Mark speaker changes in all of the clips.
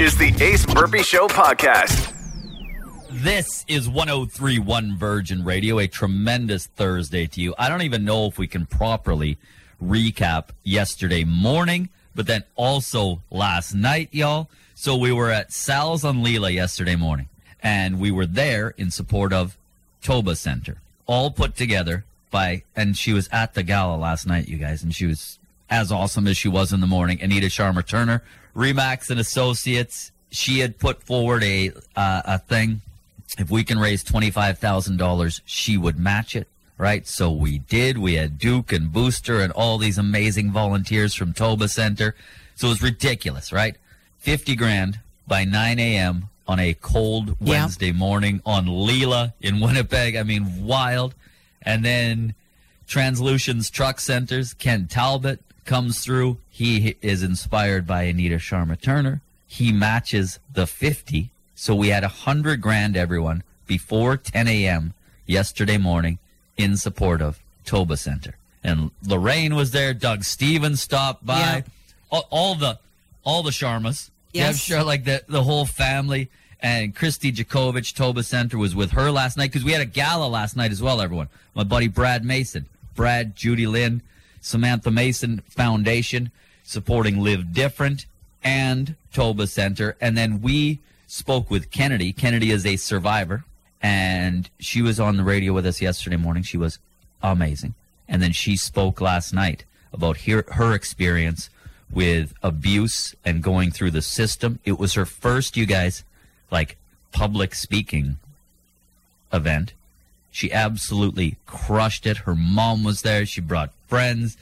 Speaker 1: is the Ace Burpee Show podcast.
Speaker 2: This is 1031 Virgin Radio, a tremendous Thursday to you. I don't even know if we can properly recap yesterday morning, but then also last night, y'all. So we were at Sal's on Leela yesterday morning, and we were there in support of Toba Center, all put together by, and she was at the gala last night, you guys, and she was as awesome as she was in the morning. Anita Sharma Turner, Remax and Associates, she had put forward a uh, a thing. If we can raise twenty five thousand dollars, she would match it. Right, so we did. We had Duke and Booster and all these amazing volunteers from Toba Center. So it was ridiculous, right? Fifty grand by nine a.m. on a cold
Speaker 3: Yeah.
Speaker 2: Wednesday morning on Leela in Winnipeg. I mean, wild. And then Translutions Truck Centers, Ken Talbot comes through. He is inspired by Anita Sharma Turner. He matches the 50. So we had a 100 grand, everyone, before 10 a.m. yesterday morning in support of Toba Center. And Lorraine was there. Doug Stevens stopped by.
Speaker 3: Yeah.
Speaker 2: All, all the all the Sharmas.
Speaker 3: Yes.
Speaker 2: Deb Shar- like the, the whole family. And Christy Jakovich, Toba Center, was with her last night because we had a gala last night as well, everyone. My buddy Brad Mason, Brad, Judy Lynn, Samantha Mason Foundation, supporting Live Different and Toba Center. And then we spoke with Kennedy. Kennedy is a survivor, and she was on the radio with us yesterday morning. She was amazing. And then she spoke last night about her, her experience with abuse and going through the system. It was her first, you guys, like public speaking event. She absolutely crushed it. Her mom was there. She brought friends.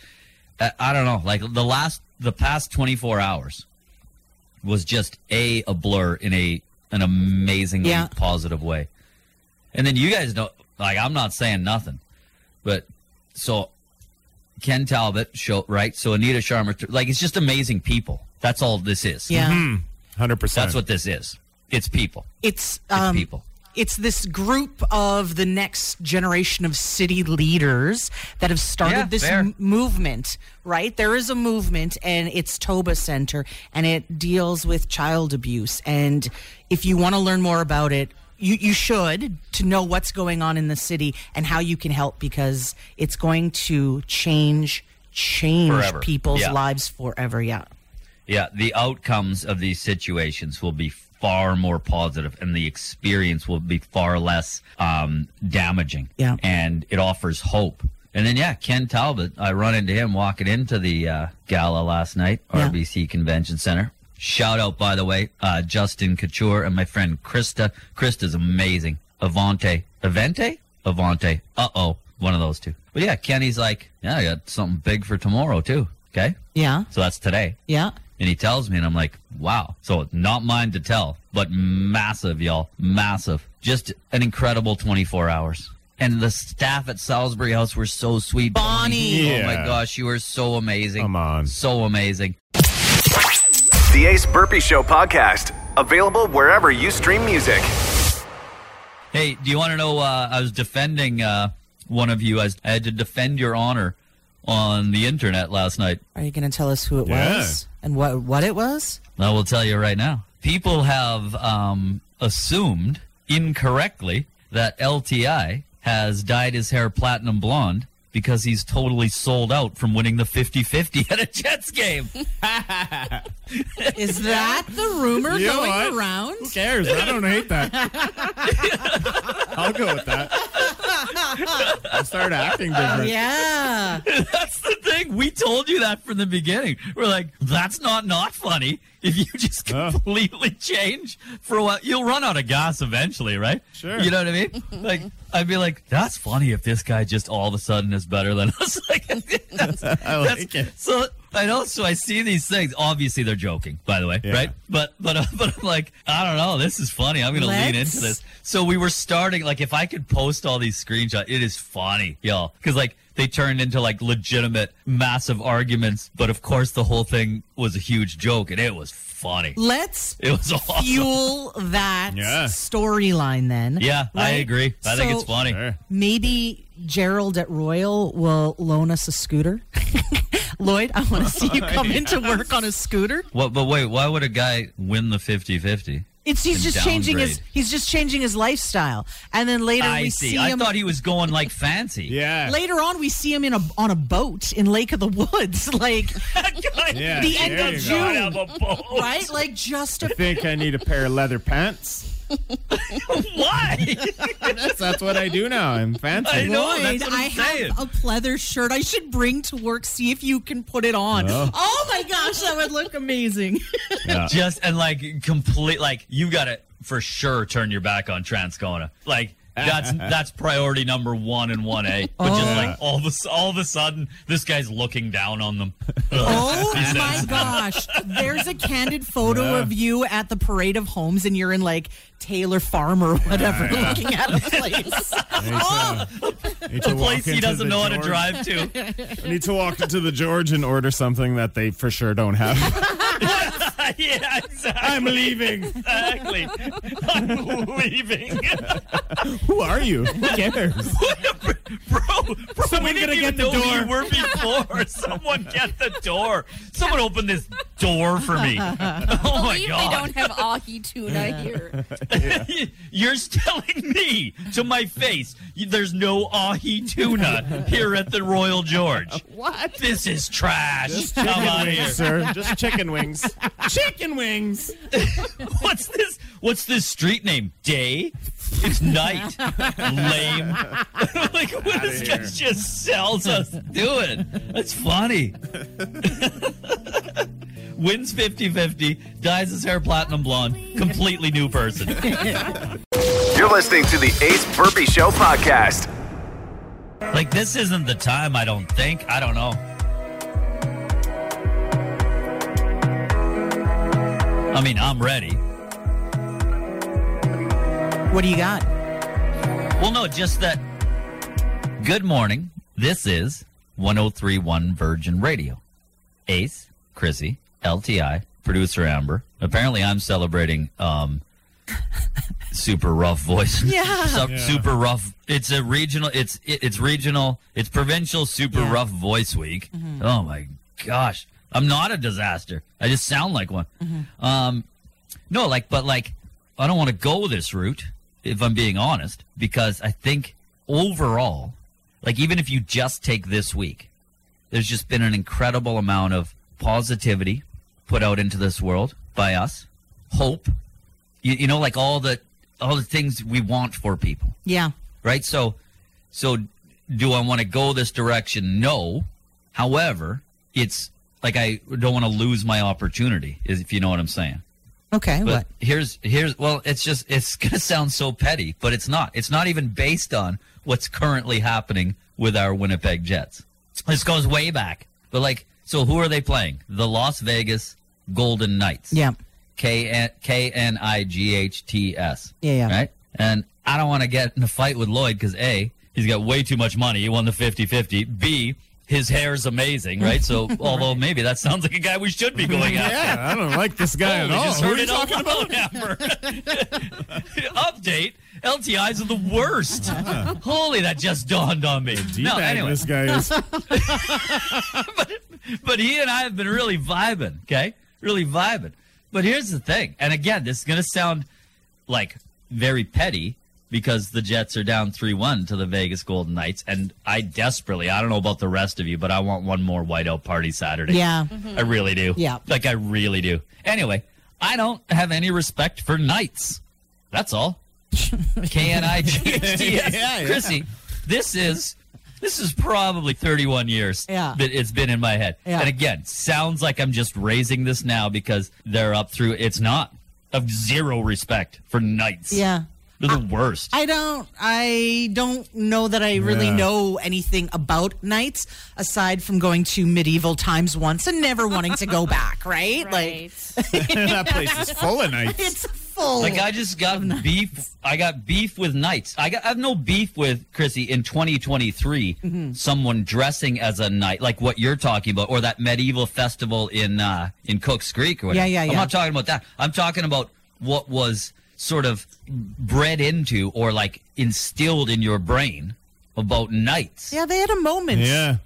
Speaker 2: I, I don't know. Like the last, the past 24 hours was just a a blur in a an amazingly
Speaker 3: Yeah.
Speaker 2: positive way. And then you guys know, like I'm not saying nothing, but so Ken Talbot show right. So Anita Sharma, like it's just amazing people. That's all this is.
Speaker 3: Yeah.
Speaker 4: Hundred percent.
Speaker 2: that's what this is. It's people.
Speaker 3: It's
Speaker 2: It's
Speaker 3: um
Speaker 2: people.
Speaker 3: it's this group of the next generation of city leaders that have started
Speaker 2: Yeah,
Speaker 3: this
Speaker 2: fair.
Speaker 3: m- movement, right? There is a movement, and it's Toba Center, and it deals with child abuse. And if you want to learn more about it, you, you should to know what's going on in the city and how you can help because it's going to change change
Speaker 2: Forever.
Speaker 3: people's
Speaker 2: Yeah.
Speaker 3: lives forever. Yeah.
Speaker 2: Yeah, the outcomes of these situations will be far more positive, and the experience will be far less um, damaging.
Speaker 3: Yeah.
Speaker 2: and it offers hope. And then yeah, Ken Talbot. I run into him walking into the uh, gala last night,
Speaker 3: Yeah.
Speaker 2: RBC Convention Center. Shout out, by the way, uh, Justin Couture and my friend Krista. Krista's amazing. Avante, Avente, Avante. Uh oh, one of those two. But yeah, Kenny's like, yeah, I got something big for tomorrow too. Okay,
Speaker 3: Yeah.
Speaker 2: so that's today
Speaker 3: Yeah.
Speaker 2: and he tells me, and I'm like, wow. So not mine to tell, but massive, y'all, massive. Just an incredible 24 hours. And the staff at Salisbury House were so sweet.
Speaker 3: Bonnie.
Speaker 2: Oh my
Speaker 4: Yeah.
Speaker 2: gosh, you were so amazing.
Speaker 4: Come on.
Speaker 2: So amazing.
Speaker 1: The Ace Burpee Show podcast, available wherever you stream music.
Speaker 2: Hey, do you want to know? Uh, I was defending uh, one of you. I, was, I had to defend your honor on the internet last night.
Speaker 3: Are you going to tell us who it
Speaker 4: Yeah.
Speaker 3: was and what what it was?
Speaker 2: I will tell you right now. People have um, assumed incorrectly that LTI has dyed his hair platinum blonde because he's totally sold out from winning the 50 50 at a Jets game.
Speaker 3: Is that the rumor
Speaker 4: You know
Speaker 3: going
Speaker 4: what? Who
Speaker 3: around?
Speaker 4: cares? I don't hate that. I'll go with that. I'll start acting
Speaker 2: Oh,
Speaker 4: different.
Speaker 3: Yeah.
Speaker 2: That's the thing. We told you that from the beginning. We're like, that's not not funny. If you just
Speaker 4: Oh.
Speaker 2: completely change for a while, you'll run out of gas eventually, right?
Speaker 4: Sure.
Speaker 2: You know what I mean? like, I'd be like, that's funny if this guy just all of a sudden is better than us. like, that's,
Speaker 4: I like it.
Speaker 2: So I know. So I see these things. Obviously, they're joking, by the way,
Speaker 4: Yeah.
Speaker 2: right? But but uh, but I'm like, I don't know. This is funny. I'm going to lean
Speaker 3: Let's-
Speaker 2: into this. So we were starting. Like, if I could post all these screenshots, it is funny, y'all, because like they turned into like legitimate, massive arguments. But of course, the whole thing was a huge joke, and it was funny.
Speaker 3: Let's
Speaker 2: It was awesome.
Speaker 3: fuel that
Speaker 4: Yeah.
Speaker 3: storyline then.
Speaker 2: yeah, I
Speaker 3: right?
Speaker 2: agree. I think
Speaker 3: So
Speaker 2: it's funny.
Speaker 4: Sure.
Speaker 3: Maybe Gerald at Royal will loan us a scooter. Lloyd, I want to see you come into work on a scooter.
Speaker 2: What, but wait, why would a guy win the 50 50?
Speaker 3: It's he's
Speaker 2: And
Speaker 3: just changing his
Speaker 2: downgrade.
Speaker 3: he's just changing his lifestyle, and then later
Speaker 2: I
Speaker 3: we
Speaker 2: see.
Speaker 3: see
Speaker 2: I
Speaker 3: him.
Speaker 2: thought he was going like fancy.
Speaker 4: Yeah.
Speaker 3: Later on, we see him in a on a boat in Lake of the Woods, like
Speaker 4: Yeah,
Speaker 3: the end
Speaker 4: there
Speaker 3: of
Speaker 4: you go.
Speaker 3: June, right? Like just a
Speaker 4: Think I need a pair of leather pants?
Speaker 2: Why?
Speaker 4: That's, that's what I do now. I'm fancy.
Speaker 2: I know.
Speaker 3: Lloyd,
Speaker 2: that's what I'm
Speaker 3: I
Speaker 2: saying.
Speaker 3: have a pleather shirt I should bring to work. See if you can put it on.
Speaker 4: Oh.
Speaker 3: Oh my gosh, that would look amazing.
Speaker 4: Yeah.
Speaker 2: Just and like complete, like you got to for sure turn your back on Transcona. Like that's that's priority number one in one A. But
Speaker 5: Oh,
Speaker 2: just like all of a, all of a sudden, this guy's looking down on them.
Speaker 3: Oh my gosh. There's a candid photo
Speaker 4: Yeah.
Speaker 3: of you at the Parade of Homes, and you're in like Taylor Farm or whatever, looking at a place. oh,
Speaker 4: Need to
Speaker 2: the
Speaker 4: walk
Speaker 2: place he
Speaker 4: into
Speaker 2: doesn't
Speaker 4: the
Speaker 2: know how to
Speaker 4: George-
Speaker 2: drive to.
Speaker 4: Need to walk into the George and order something that they for sure don't have.
Speaker 2: yeah, exactly.
Speaker 4: I'm leaving.
Speaker 2: I'm leaving.
Speaker 4: Who are you? Who cares?
Speaker 2: Bro, bro,
Speaker 4: Someone
Speaker 2: we
Speaker 4: gotta
Speaker 2: didn't
Speaker 4: get
Speaker 2: even
Speaker 4: the
Speaker 2: know who
Speaker 4: door.
Speaker 2: You were before. Someone get the door. Someone open this door for me. Oh my
Speaker 5: Believe they
Speaker 2: god!
Speaker 5: don't have ahi tuna here.
Speaker 2: You're telling me to my face you- there's no ahi tuna here at the Royal George.
Speaker 5: What?
Speaker 2: This is trash. Come
Speaker 4: Chicken
Speaker 2: on here.
Speaker 4: wings, sir. Just chicken wings. Chicken wings.
Speaker 2: What's this? What's this street name? Day? It's night. Lame. like what is
Speaker 4: here.
Speaker 2: this guy just sells us doing? That's funny. Wins 50-50, dyes his hair platinum blonde, completely new person.
Speaker 1: You're listening to the Ace Burpee Show podcast.
Speaker 2: Like this isn't the time, I don't think. I don't know. I mean, I'm ready.
Speaker 3: what do you got?
Speaker 2: Well, no, just that. Good morning. This is 1031 Virgin Radio. Ace, Chrissy, LTI, producer Amber. Apparently, I'm celebrating um, super rough voice.
Speaker 3: Yeah.
Speaker 2: Sup-
Speaker 4: Yeah.
Speaker 2: Super rough. It's a regional, it's it, it's regional, it's provincial super
Speaker 3: Yeah.
Speaker 2: rough voice week. Oh my gosh. I'm not a disaster. I just sound like one. Um, no, like, but like, I don't want to go this route, if I'm being honest, because I think overall, like, even if you just take this week, there's just been an incredible amount of positivity put out into this world by us, hope, you, you know, like all the, all the things we want for people
Speaker 3: Yeah.
Speaker 2: right? So, so do I want to go this direction? No. However, it's like I don't want to lose my opportunity, is if you know what I'm saying.
Speaker 3: Okay.
Speaker 2: But
Speaker 3: what?
Speaker 2: here's here's well, it's just it's gonna sound so petty, but it's not. It's not even based on what's currently happening with our Winnipeg Jets. This goes way back, but like, so who are they playing? The Las Vegas Golden Knights.
Speaker 3: Yeah.
Speaker 2: K N K N I G H T S.
Speaker 3: Yeah, yeah.
Speaker 2: Right? And I don't want to get in a fight with Lloyd because A, he's got way too much money. He won the 50 50. B, his hair's amazing, right? So, although maybe that sounds like a guy we should be going after.
Speaker 4: Yeah, I don't like this guy at
Speaker 2: We
Speaker 4: all.
Speaker 2: just
Speaker 4: Who
Speaker 2: heard
Speaker 4: are you
Speaker 2: it all about Amber. Update. LTIs are the worst. Holy, that just dawned on me. No,
Speaker 4: teabag
Speaker 2: anyway.
Speaker 4: this guy is.
Speaker 2: but he and I have been really vibing, okay? Really vibing. But here's the thing, and again, this is going to sound like very petty because the Jets are down 3 1 to the Vegas Golden Knights. And I desperately, I don't know about the rest of you, but I want one more whiteout party Saturday.
Speaker 3: Yeah.
Speaker 2: I really do.
Speaker 3: Yeah.
Speaker 2: Like, I really do. Anyway, I don't have any respect for Knights. That's all. K N I G H T S.
Speaker 4: Yeah, yeah.
Speaker 2: Chrissy, this is this is probably 31 years
Speaker 3: Yeah.
Speaker 2: that it's been in my head.
Speaker 3: Yeah.
Speaker 2: And again, sounds like I'm just raising this now because they're up through. It's not of zero respect for knights.
Speaker 3: Yeah.
Speaker 2: they're the worst.
Speaker 3: I don't. I don't know that I really
Speaker 4: Yeah.
Speaker 3: know anything about knights aside from going to medieval times once and never wanting to go back. Right? Like
Speaker 4: that place is full of nights.
Speaker 3: it's full.
Speaker 2: like I just got beef. I got beef with knights. I got I have no beef with Chrissy in 2023.
Speaker 3: Mm-hmm.
Speaker 2: Someone dressing as a knight, like what you're talking about, or that medieval festival in uh, in Cook's Creek. Or whatever.
Speaker 3: Yeah, yeah,
Speaker 2: I'm
Speaker 3: yeah.
Speaker 2: not talking about that. I'm talking about what was sort of bred into or like instilled in your brain about knights.
Speaker 3: yeah, they had a moment.
Speaker 4: Yeah,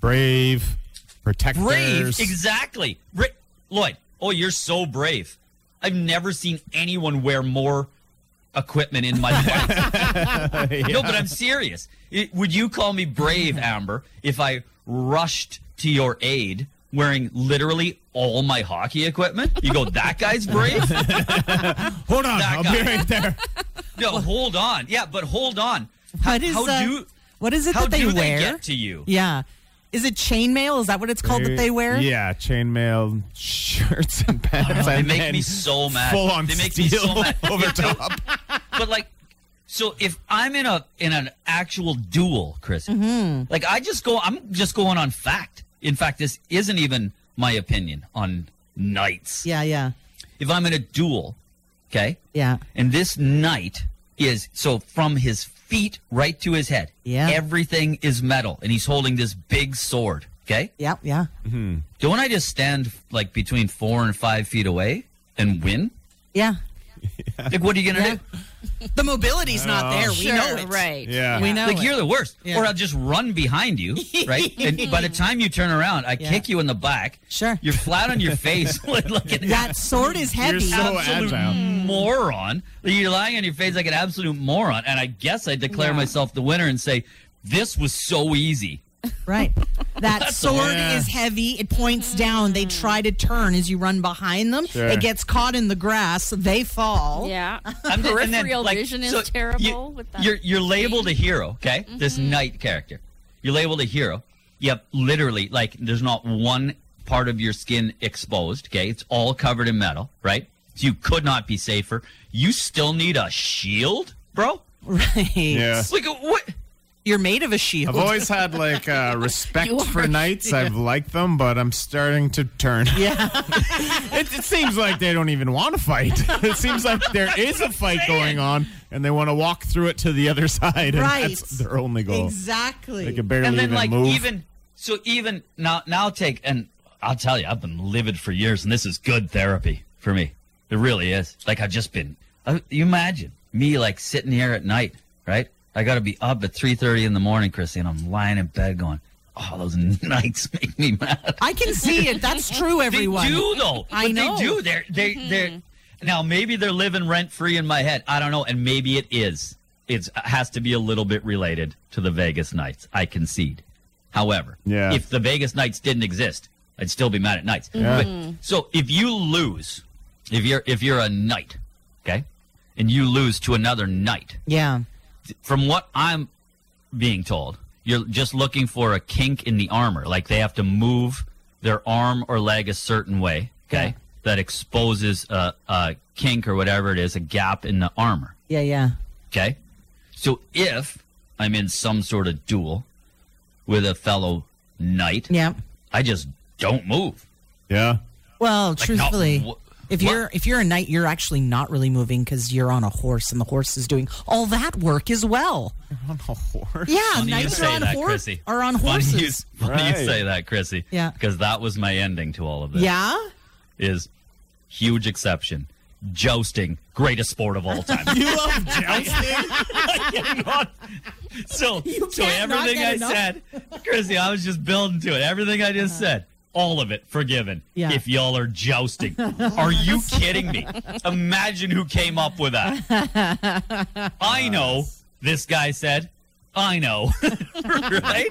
Speaker 4: brave, protectors.
Speaker 2: brave. Exactly. Bra- Lloyd, oh, you're so brave. I've never seen anyone wear more equipment in my life. No, but I'm serious. It- would you call me brave, Amber, if I rushed to your aid wearing literally all my hockey equipment? You go, that guy's brave?
Speaker 4: Hold on,
Speaker 2: That
Speaker 4: I'll
Speaker 2: guy.
Speaker 4: be right there.
Speaker 2: No, hold on. Yeah, but hold on.
Speaker 3: What is
Speaker 2: how
Speaker 3: uh,
Speaker 2: do-
Speaker 3: what is it
Speaker 2: How
Speaker 3: that they
Speaker 2: do
Speaker 3: wear?
Speaker 2: they get to you?
Speaker 3: yeah, is it chainmail? Is that what it's called that they wear?
Speaker 4: Yeah, chainmail shirts and pants.
Speaker 2: They
Speaker 4: and
Speaker 2: make
Speaker 4: then
Speaker 2: me so mad.
Speaker 4: Full on
Speaker 2: they make
Speaker 4: steel
Speaker 2: me so mad.
Speaker 4: over top.
Speaker 2: but like so if i'm in a in an actual duel chris
Speaker 3: Mm-hmm.
Speaker 2: like i just go i'm just going on fact in fact this isn't even my opinion on knights
Speaker 3: yeah, yeah,
Speaker 2: if i'm in a duel okay
Speaker 3: yeah.
Speaker 2: and this knight is so from his feet right to his head
Speaker 3: Yeah.
Speaker 2: everything is metal and he's holding this big sword okay
Speaker 3: Yeah, yeah,
Speaker 2: don't i just stand like between four and five feet away and win
Speaker 3: yeah.
Speaker 2: like what are you gonna
Speaker 3: Yeah.
Speaker 2: do
Speaker 3: The mobility's not there. We
Speaker 5: Sure,
Speaker 3: know it.
Speaker 5: right.
Speaker 4: Yeah.
Speaker 3: We know
Speaker 2: like
Speaker 3: it.
Speaker 2: you're the worst.
Speaker 3: Yeah.
Speaker 2: Or I'll just run behind you, right? and by the time you turn around, I
Speaker 3: Yeah.
Speaker 2: kick you in the back.
Speaker 3: Sure.
Speaker 2: You're flat on your face like, like an
Speaker 3: that sword is heavy.
Speaker 4: You're so
Speaker 2: absolute
Speaker 4: agile.
Speaker 2: moron. You're lying on your face like an absolute moron. And I guess I declare myself the winner and say, this was so easy.
Speaker 3: Right. That sword
Speaker 4: Yeah.
Speaker 3: is heavy. It points down. They
Speaker 2: Mm.
Speaker 3: try to turn as you run behind them.
Speaker 4: Sure.
Speaker 3: It gets caught in the grass. They fall.
Speaker 5: Yeah.
Speaker 2: I'm just- and then,
Speaker 5: Peripheral
Speaker 2: like,
Speaker 5: vision is
Speaker 2: so
Speaker 5: terrible
Speaker 2: You,
Speaker 5: with that. Mm-hmm.
Speaker 2: You're you're labeled a hero, okay? This knight character, you're labeled a hero. You have literally like there's not one part of your skin exposed, okay? It's all covered in metal, right? So you could not be safer. You still need a shield, bro.
Speaker 3: Right.
Speaker 4: Yeah.
Speaker 2: Like what?
Speaker 3: You're made of a shield.
Speaker 4: I've always had like uh, respect
Speaker 5: You
Speaker 4: for
Speaker 5: are-
Speaker 4: knights. I've liked them, but I'm starting to turn.
Speaker 3: yeah.
Speaker 4: It, it seems like they don't even want to fight. It seems like there is a fight going on, and they want to walk through it to the other side. And
Speaker 3: Right.
Speaker 4: That's their only goal.
Speaker 3: exactly.
Speaker 4: They can barely
Speaker 2: and then
Speaker 4: even
Speaker 2: like
Speaker 4: move.
Speaker 2: even so even now now take and I'll tell you I've been livid for years and this is good therapy for me. It really is. Like I've just been. I, you imagine me like sitting here at night, right? I got to be up at three thirty in the morning, Christy, and I'm lying in bed going, "Oh, those nights make me mad."
Speaker 3: I can see it. That's true, everyone.
Speaker 2: They do though.
Speaker 3: I
Speaker 2: But
Speaker 3: know. Mm-hmm.
Speaker 2: They do. They're they they're now maybe they're living rent free in my head. I don't know, and maybe it is. It's it has to be a little bit related to the Vegas Knights. I concede. However,
Speaker 4: Yeah.
Speaker 2: if the Vegas Knights didn't exist, I'd still be mad at Knights.
Speaker 4: Yeah.
Speaker 3: Mm-hmm.
Speaker 2: But, so if you lose, if you're if you're a knight, okay, and you lose to another knight,
Speaker 3: Yeah.
Speaker 2: from what I'm being told, you're just looking for a kink in the armor. Like they have to move their arm or leg a certain way, okay, that exposes a, a kink or whatever it is, a gap in the armor,
Speaker 3: Yeah, yeah.
Speaker 2: okay? So if I'm in some sort of duel with a fellow knight,
Speaker 3: Yeah.
Speaker 2: I just don't move.
Speaker 4: yeah.
Speaker 3: Well,
Speaker 2: not
Speaker 3: truthfully,
Speaker 2: wh-
Speaker 3: if
Speaker 2: what?
Speaker 3: you're if you're a knight, you're actually not really moving because you're on a horse, and the horse is doing all that work as well.
Speaker 4: On a horse.
Speaker 3: Yeah,
Speaker 2: Funny you
Speaker 3: knights are
Speaker 2: say
Speaker 3: on
Speaker 2: that,
Speaker 3: horse
Speaker 2: Chrissy.
Speaker 3: are on
Speaker 2: Funny
Speaker 3: horses.
Speaker 2: you, funny you
Speaker 4: Right.
Speaker 2: say that, Chrissy.
Speaker 3: Yeah.
Speaker 2: Because that was my ending to all of this.
Speaker 3: yeah.
Speaker 2: is huge exception. Jousting, greatest sport of all time.
Speaker 4: You love jousting?
Speaker 2: so, so
Speaker 3: can't not
Speaker 2: everything
Speaker 3: get
Speaker 2: I
Speaker 3: enough. Uh-huh.
Speaker 2: said, Chrissy, I was just building to it. Everything I just said, all of it forgiven.
Speaker 3: Yeah.
Speaker 2: If y'all are jousting, are you kidding me? Imagine who came up with that. I know. This guy said, "I know." right?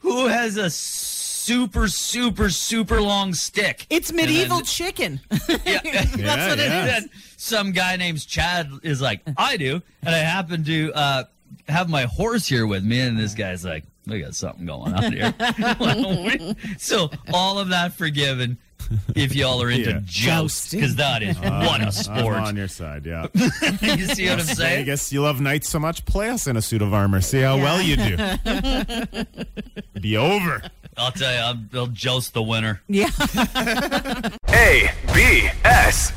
Speaker 2: Who has a super, super, super long stick?
Speaker 3: It's
Speaker 2: And then-
Speaker 3: medieval chicken.
Speaker 2: Yeah.
Speaker 4: Yeah,
Speaker 3: what it
Speaker 4: yeah.
Speaker 2: And then some guy named Chad is like, I do. And I happen to uh, have my horse here with me. And this guy's like, we got something going on here. so all of that forgiven if y'all are into
Speaker 4: Yeah. Uh,
Speaker 2: joust, because that is what a
Speaker 4: I'm on
Speaker 2: sport.
Speaker 4: your side, yeah.
Speaker 2: you see what I'm
Speaker 4: I
Speaker 2: saying?
Speaker 4: guess you love knights so much. Play us in a suit of armor. See how well you do. Be over.
Speaker 2: I'll tell you, I'm, I'll joust the winner.
Speaker 3: Yeah.
Speaker 1: A B S.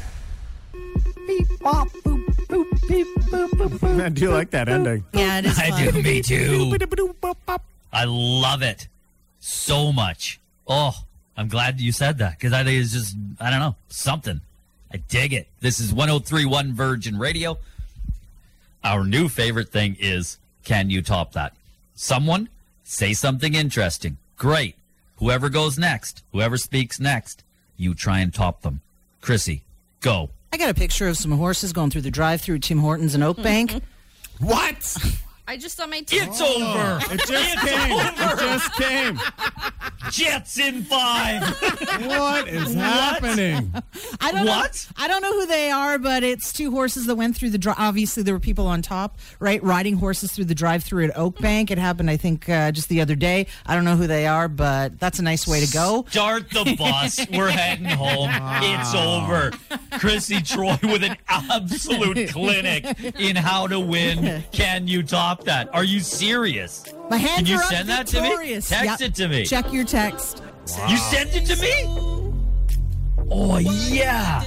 Speaker 4: I do like that ending.
Speaker 3: Yeah, it is fun.
Speaker 2: I do, me too. I love it so much. Oh, I'm glad you said that because I think it's just, I don't know, something. I dig it. This is 1031 Virgin Radio. Our new favorite thing is can you top that? Someone say something interesting. Great. Whoever goes next, whoever speaks next, you try and top them. Chrissy, go.
Speaker 3: I got a picture of some horses going through the drive-through Tim Hortons in Oak Bank.
Speaker 4: What?
Speaker 5: I just saw my teeth.
Speaker 2: It's over.
Speaker 4: It just came. It just came.
Speaker 2: Jets in five.
Speaker 4: What is happening?
Speaker 3: I don't
Speaker 2: What?
Speaker 3: Know, I don't know who they are, but it's two horses that went through the drive. Obviously, there were people on top, right, riding horses through the drive-through at Oak Bank. It happened, I think, uh, just the other day. I don't know who they are, but that's a nice way to go.
Speaker 2: Start the bus. We're heading home. It's over. Chrissy Troy with an absolute clinic in how to win. Can you top that? Are you serious?
Speaker 3: My hands
Speaker 2: Can you
Speaker 3: are up
Speaker 2: send that to me?
Speaker 3: victorious.
Speaker 2: Text it to me.
Speaker 3: Check your text.
Speaker 2: You sent it to me? Oh, yeah.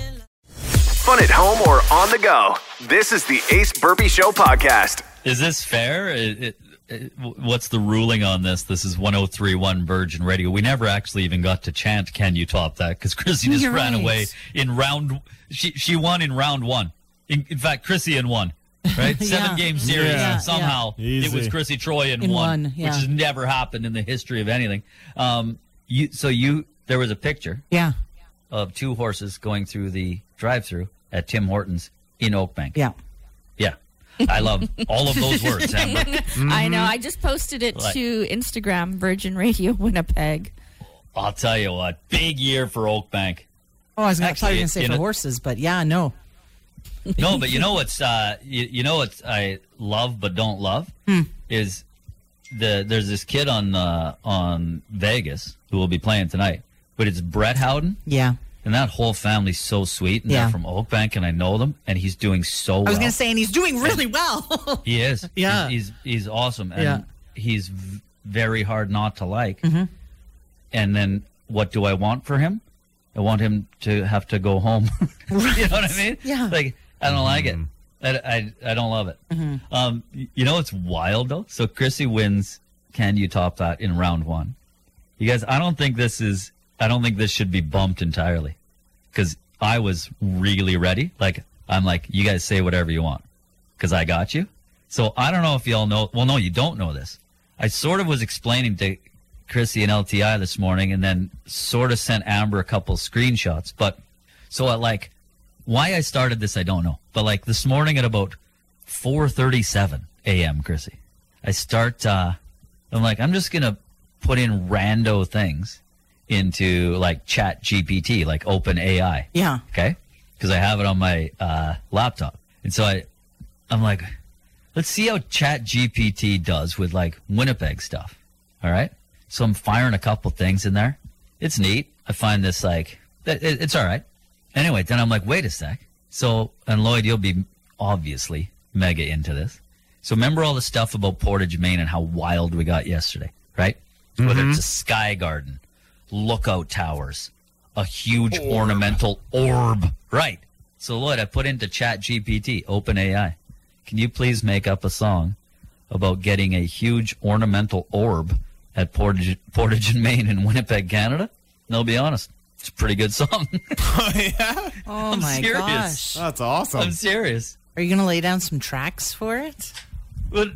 Speaker 1: Fun at home or on the go. This is the Ace Burpee Show podcast.
Speaker 2: Is this fair? It- it- it- what's the ruling on this? This is 1031 Virgin Radio. We never actually even got to chant, Can you top that? Because Chrissy just
Speaker 3: You're
Speaker 2: ran
Speaker 3: right.
Speaker 2: away in round. She, she won in round one. In, in fact, Chrissy in one. Right? Seven game series.
Speaker 4: Yeah.
Speaker 2: and somehow it was
Speaker 4: Easy.
Speaker 2: Chrissy Troy in,
Speaker 3: In
Speaker 2: one,
Speaker 3: one, yeah.
Speaker 2: which has never happened in the history of anything. Um, you, so you, there was a picture
Speaker 3: Yeah,
Speaker 2: of two horses going through the drive through at Tim Hortons in Oakbank.
Speaker 3: yeah.
Speaker 2: Yeah. I love all of those words, Amber.
Speaker 5: I know. I just posted it
Speaker 2: Mm-hmm. Right.
Speaker 5: to Instagram, Virgin Radio Winnipeg.
Speaker 2: I'll tell you what, big year for Oak Bank.
Speaker 3: Oh, I was gonna,
Speaker 2: Actually,
Speaker 3: probably going to say
Speaker 2: you
Speaker 3: for
Speaker 2: know-
Speaker 3: horses, but yeah, no.
Speaker 2: No, but you know what's uh, you, you know what's I love but don't love
Speaker 3: Hmm.
Speaker 2: is the there's this kid on uh, on Vegas who will be playing tonight, but it's Brett Howden
Speaker 3: Yeah.
Speaker 2: and that whole family's so sweet and
Speaker 3: Yeah.
Speaker 2: they're from Oak Bank and I know them and he's doing so well.
Speaker 3: I was going to say, and he's doing really well.
Speaker 2: He is.
Speaker 3: Yeah.
Speaker 2: He's he's, he's awesome. And
Speaker 3: Yeah. Mm-hmm.
Speaker 2: he's v- very hard not to like. And then what do I want for him? I want him to have to go home. you know what I mean?
Speaker 3: Yeah.
Speaker 2: Like I don't like it. I, I, I don't love it.
Speaker 3: Mm-hmm.
Speaker 2: Um, y- you know it's wild though. So Chrissy wins. Can you top that in round one? You guys, I don't think this is. I don't think this should be bumped entirely because I was really ready. Like I'm like, you guys say whatever you want because I got you. So I don't know if y'all know. Well, no, you don't know this. I sort of was explaining to Chrissy and LTI this morning, and then sort of sent Amber a couple screenshots. But so at like, why I started this, I don't know. But like this morning at about 4:37 a.m., Chrissy, I start. uh I'm like, I'm just gonna put in rando things into like Chat GPT, like Open AI.
Speaker 3: yeah.
Speaker 2: Okay. Because I have it on my uh, laptop. And so I, I'm like, let's see how Chat GPT does with like Winnipeg stuff. All right. So I'm firing a couple things in there. It's neat. I find this like, it, it- it's all right. Anyway, then I'm like, wait a sec. So, and Lloyd, you'll be obviously mega into this. So remember all the stuff about Portage, Maine and how wild we got yesterday, right? Whether it's a sky garden, lookout towers, a huge ornamental orb. Right. So Lloyd, I put into Chat GPT, OpenAI. Can you please make up a song about getting a huge ornamental orb at Portage, Portage in Maine in Winnipeg, Canada? And I'll be honest, it's a pretty good song.
Speaker 3: Oh
Speaker 2: I'm
Speaker 3: my
Speaker 2: serious.
Speaker 3: gosh.
Speaker 4: That's
Speaker 2: I'm
Speaker 4: awesome.
Speaker 2: serious.
Speaker 3: Are you going to lay down some tracks for it?
Speaker 2: But uh,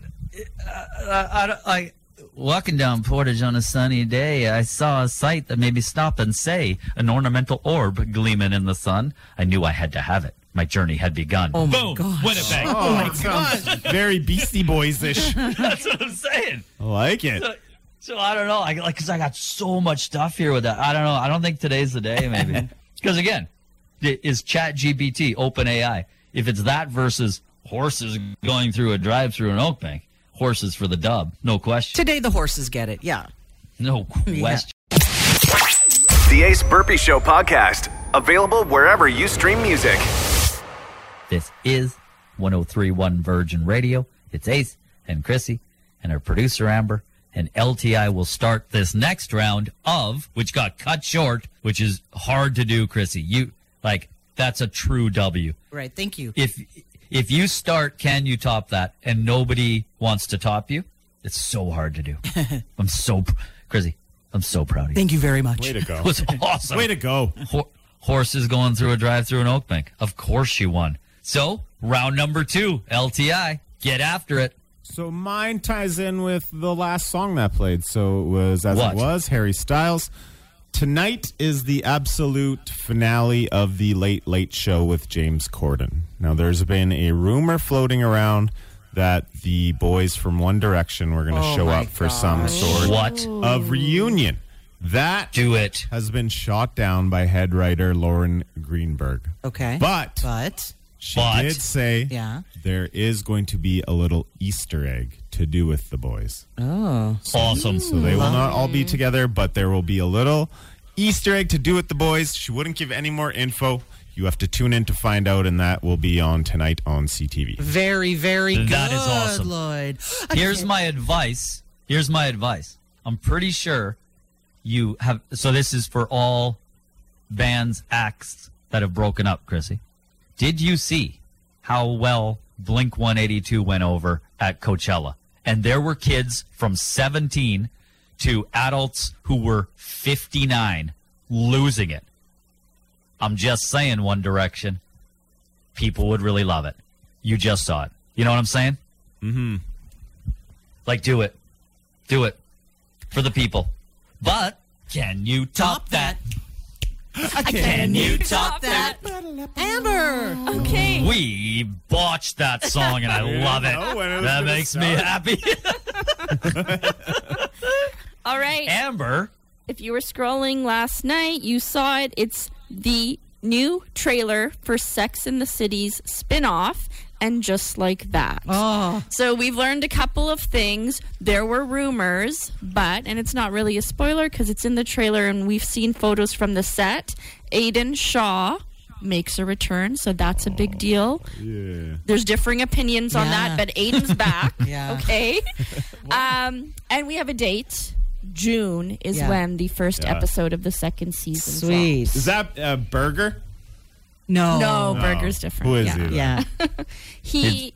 Speaker 2: I, I, I, walking down Portage on a sunny day, I saw a sight that made me stop and say, an ornamental orb gleaming in the sun. I knew I had to have it. My journey had begun.
Speaker 3: Oh my
Speaker 2: Boom!
Speaker 3: gosh.
Speaker 2: Winnipeg.
Speaker 4: Oh, that sounds very Beastie Boys ish. I
Speaker 2: That's what I'm saying.
Speaker 4: like it.
Speaker 2: So I don't know. I like because I got so much stuff here with that. I don't know. I don't think today's the day, maybe. Because again, i- is Chat GPT open AI? If it's that versus horses going through a drive-through in Oak Bank, horses for the dub, no question,
Speaker 3: Today the horses get it. Yeah.
Speaker 2: no question.
Speaker 1: The Ace Burpee Show podcast, available wherever you stream music.
Speaker 2: This is 1031 Virgin Radio. It's Ace and Chrissy and our producer Amber. And LTI will start this next round of, which got cut short, which is hard to do, Chrissy. You, like, that's a true W.
Speaker 3: Right. Thank you.
Speaker 2: If, if you start, can you top that? And nobody wants to top you. It's so hard to do. I'm so, pr- Chrissy, I'm so proud of you.
Speaker 3: Thank you very much.
Speaker 4: Way to go.
Speaker 2: It was awesome.
Speaker 4: Way to go.
Speaker 2: Ho- horses going through a drive-through in Oakbank. Of course she won. So round number two, LTI, get after it.
Speaker 4: So mine ties in with the last song that played. So it was as
Speaker 2: What?
Speaker 4: it was Harry Styles. Tonight is the absolute finale of the Late Late Show with James Corden. Now there's been a rumor floating around that the boys from One Direction were going to
Speaker 3: Oh
Speaker 4: show
Speaker 3: my
Speaker 4: up for some sort
Speaker 2: What?
Speaker 4: of reunion. That
Speaker 2: Do it.
Speaker 4: has been shot down by head writer Lauren Greenberg.
Speaker 3: Okay.
Speaker 4: But
Speaker 3: But
Speaker 4: she
Speaker 2: But-
Speaker 4: did say
Speaker 3: Yeah.
Speaker 4: there is going to be a little Easter egg to do with the boys.
Speaker 2: Awesome.
Speaker 4: So they will not all be together, but there will be a little Easter egg to do with the boys. She wouldn't give any more info. You have to tune in to find out, and that will be on tonight on CTV.
Speaker 3: very, very good.
Speaker 2: That is awesome.
Speaker 3: Lloyd.
Speaker 2: Here's my advice. Here's my advice. I'm pretty sure you have. So this is for all bands, acts that have broken up, Chrissy. Did you see how well Blink 182 went over at Coachella? And there were kids from 17 to adults who were 59 losing it. I'm just saying, One Direction, people would really love it. You just saw it. You know what I'm saying? Like, do it. Do it for the people. But can you top that? Can you top that?
Speaker 3: Amber.
Speaker 5: Okay.
Speaker 2: We botched that song and I love
Speaker 4: know when it
Speaker 2: it.
Speaker 4: was
Speaker 2: That
Speaker 4: gonna
Speaker 2: makes me happy.
Speaker 5: All right.
Speaker 2: Amber,
Speaker 5: if you were scrolling last night, you saw it. It's the new trailer for Sex in the City's spin-off and just like that.
Speaker 3: Oh.
Speaker 5: So we've learned a couple of things. There were rumors, but and it's not really a spoiler cuz it's in the trailer and we've seen photos from the set. Aiden Shaw makes a return, so that's a big deal.
Speaker 4: Yeah.
Speaker 5: There's differing opinions on
Speaker 3: Yeah.
Speaker 5: that, but Aiden's back.
Speaker 3: Yeah.
Speaker 5: Okay. um, and we have a date. June is
Speaker 3: Yeah.
Speaker 5: when the first
Speaker 4: Yeah.
Speaker 5: episode of the second season.
Speaker 3: Sweet.
Speaker 4: Is that a burger? Oh.
Speaker 3: No.
Speaker 5: drops.
Speaker 3: Oh,
Speaker 5: No, Burger's different.
Speaker 4: Who is
Speaker 5: yeah.
Speaker 4: it?
Speaker 3: Yeah.
Speaker 5: He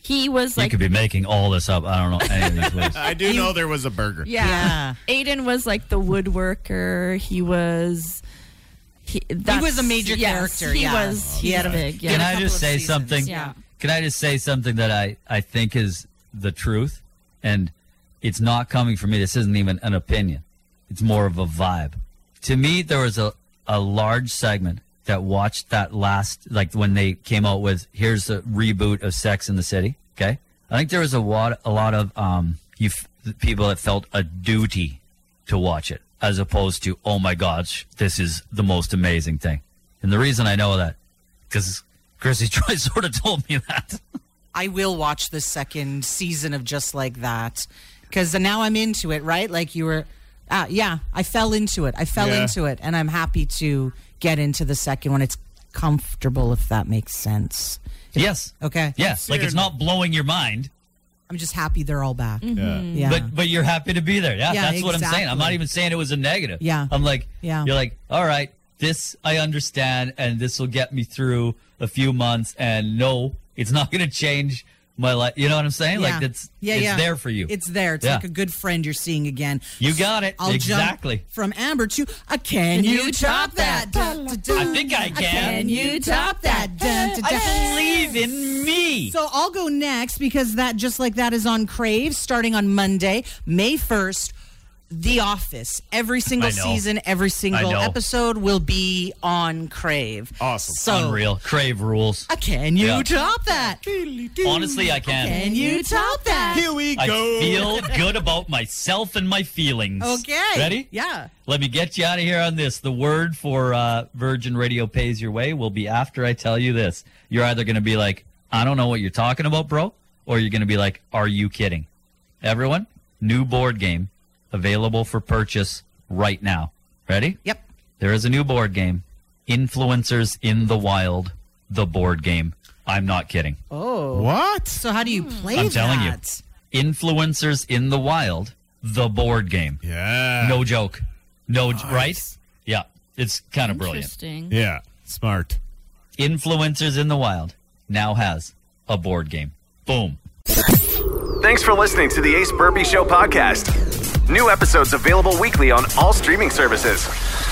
Speaker 5: he was
Speaker 2: you
Speaker 5: like
Speaker 2: could be making all this up. I don't know any of these words.
Speaker 4: I do know there was a burger.
Speaker 5: yeah.
Speaker 3: Yeah.
Speaker 5: Aiden was like the woodworker. He was he, that's-
Speaker 3: was a major
Speaker 5: yes,
Speaker 3: character,
Speaker 5: He
Speaker 3: yeah.
Speaker 5: was
Speaker 3: He
Speaker 5: he's
Speaker 3: had a-
Speaker 5: big.
Speaker 2: Can
Speaker 5: Yeah.
Speaker 2: I just
Speaker 3: of
Speaker 2: say
Speaker 3: seasons,
Speaker 2: something?
Speaker 5: yeah.
Speaker 2: Can I just say something that I, I think is the truth? And it's not coming from me. This isn't even an opinion. It's more of a vibe. To me, there was a, a large segment that watched that last, like when they came out with, here's the reboot of Sex in the City. Okay. I think there was a lot, a lot of um, you f- people that felt a duty to watch it as opposed to, oh my gosh, this is the most amazing thing. And the reason I know that, because Chrissy Troy sort of told me that.
Speaker 3: I will watch the second season of Just Like That because now I'm into it, right? Like you were, ah, yeah, I fell into it. I fell
Speaker 4: Yeah.
Speaker 3: into it, and I'm happy to get into the second one. It's comfortable, if that makes sense.
Speaker 2: yes.
Speaker 3: Okay.
Speaker 2: Yes. Like it's
Speaker 4: Considered-
Speaker 2: not blowing your mind,
Speaker 3: I'm just happy they're all back.
Speaker 4: Yeah.
Speaker 3: Yeah.
Speaker 2: but but you're happy to be there. Yeah,
Speaker 3: Yeah,
Speaker 2: that's what I'm saying. I'm not
Speaker 3: exactly.
Speaker 2: even saying it was a negative.
Speaker 3: Yeah.
Speaker 2: I'm like,
Speaker 3: Yeah.
Speaker 2: You're like, all right, this I understand, and this will get me through a few months. And no, it's not going to change my life. You know what I'm saying? Like that's it's there for you.
Speaker 3: It's there. It's
Speaker 2: Yeah.
Speaker 3: like a good friend you're seeing again.
Speaker 2: You got it.
Speaker 3: I'll
Speaker 2: Exactly.
Speaker 3: Jump from Amber to uh, can you, top that? Dun, dun, dun.
Speaker 2: I think I
Speaker 3: "Uh, Can
Speaker 2: can.
Speaker 3: you top that? Dun, dun, dun.
Speaker 2: I believe in me.
Speaker 3: So I'll go next because that just like that is on Crave starting on Monday, May 1st. The Office, every single
Speaker 2: I know.
Speaker 3: season, every single
Speaker 2: know.
Speaker 3: episode will be on Crave.
Speaker 4: Awesome.
Speaker 3: So
Speaker 2: Unreal. Crave rules.
Speaker 3: uh, Can you
Speaker 2: Yeah.
Speaker 3: top that?
Speaker 2: Honestly, I can.
Speaker 3: Can you top that?
Speaker 4: Here we
Speaker 2: I
Speaker 4: go.
Speaker 2: feel good about myself and my feelings.
Speaker 3: Okay.
Speaker 2: Ready?
Speaker 3: Yeah.
Speaker 2: Let me get you out of here on this. The word for uh, Virgin Radio pays your way will be after I tell you this. You're either going to be like, I don't know what you're talking about, bro, or you're going to be like, Are you kidding? Everyone, new board game available for purchase right now. Ready?
Speaker 3: Yep.
Speaker 2: There is a new board game, Influencers in the Wild, the board game. I'm not kidding.
Speaker 4: what?
Speaker 3: Oh. So how do you play
Speaker 2: Hmm. I'm
Speaker 3: that?
Speaker 2: telling you. Influencers in the Wild, the board game.
Speaker 4: Yeah.
Speaker 2: No joke. No, j right? Yeah. It's kind of brilliant.
Speaker 5: Interesting.
Speaker 4: Yeah. Smart.
Speaker 2: Influencers in the Wild now has a board game. Boom.
Speaker 1: Thanks for listening to the Ace Burpee Show podcast. New episodes available weekly on all streaming services.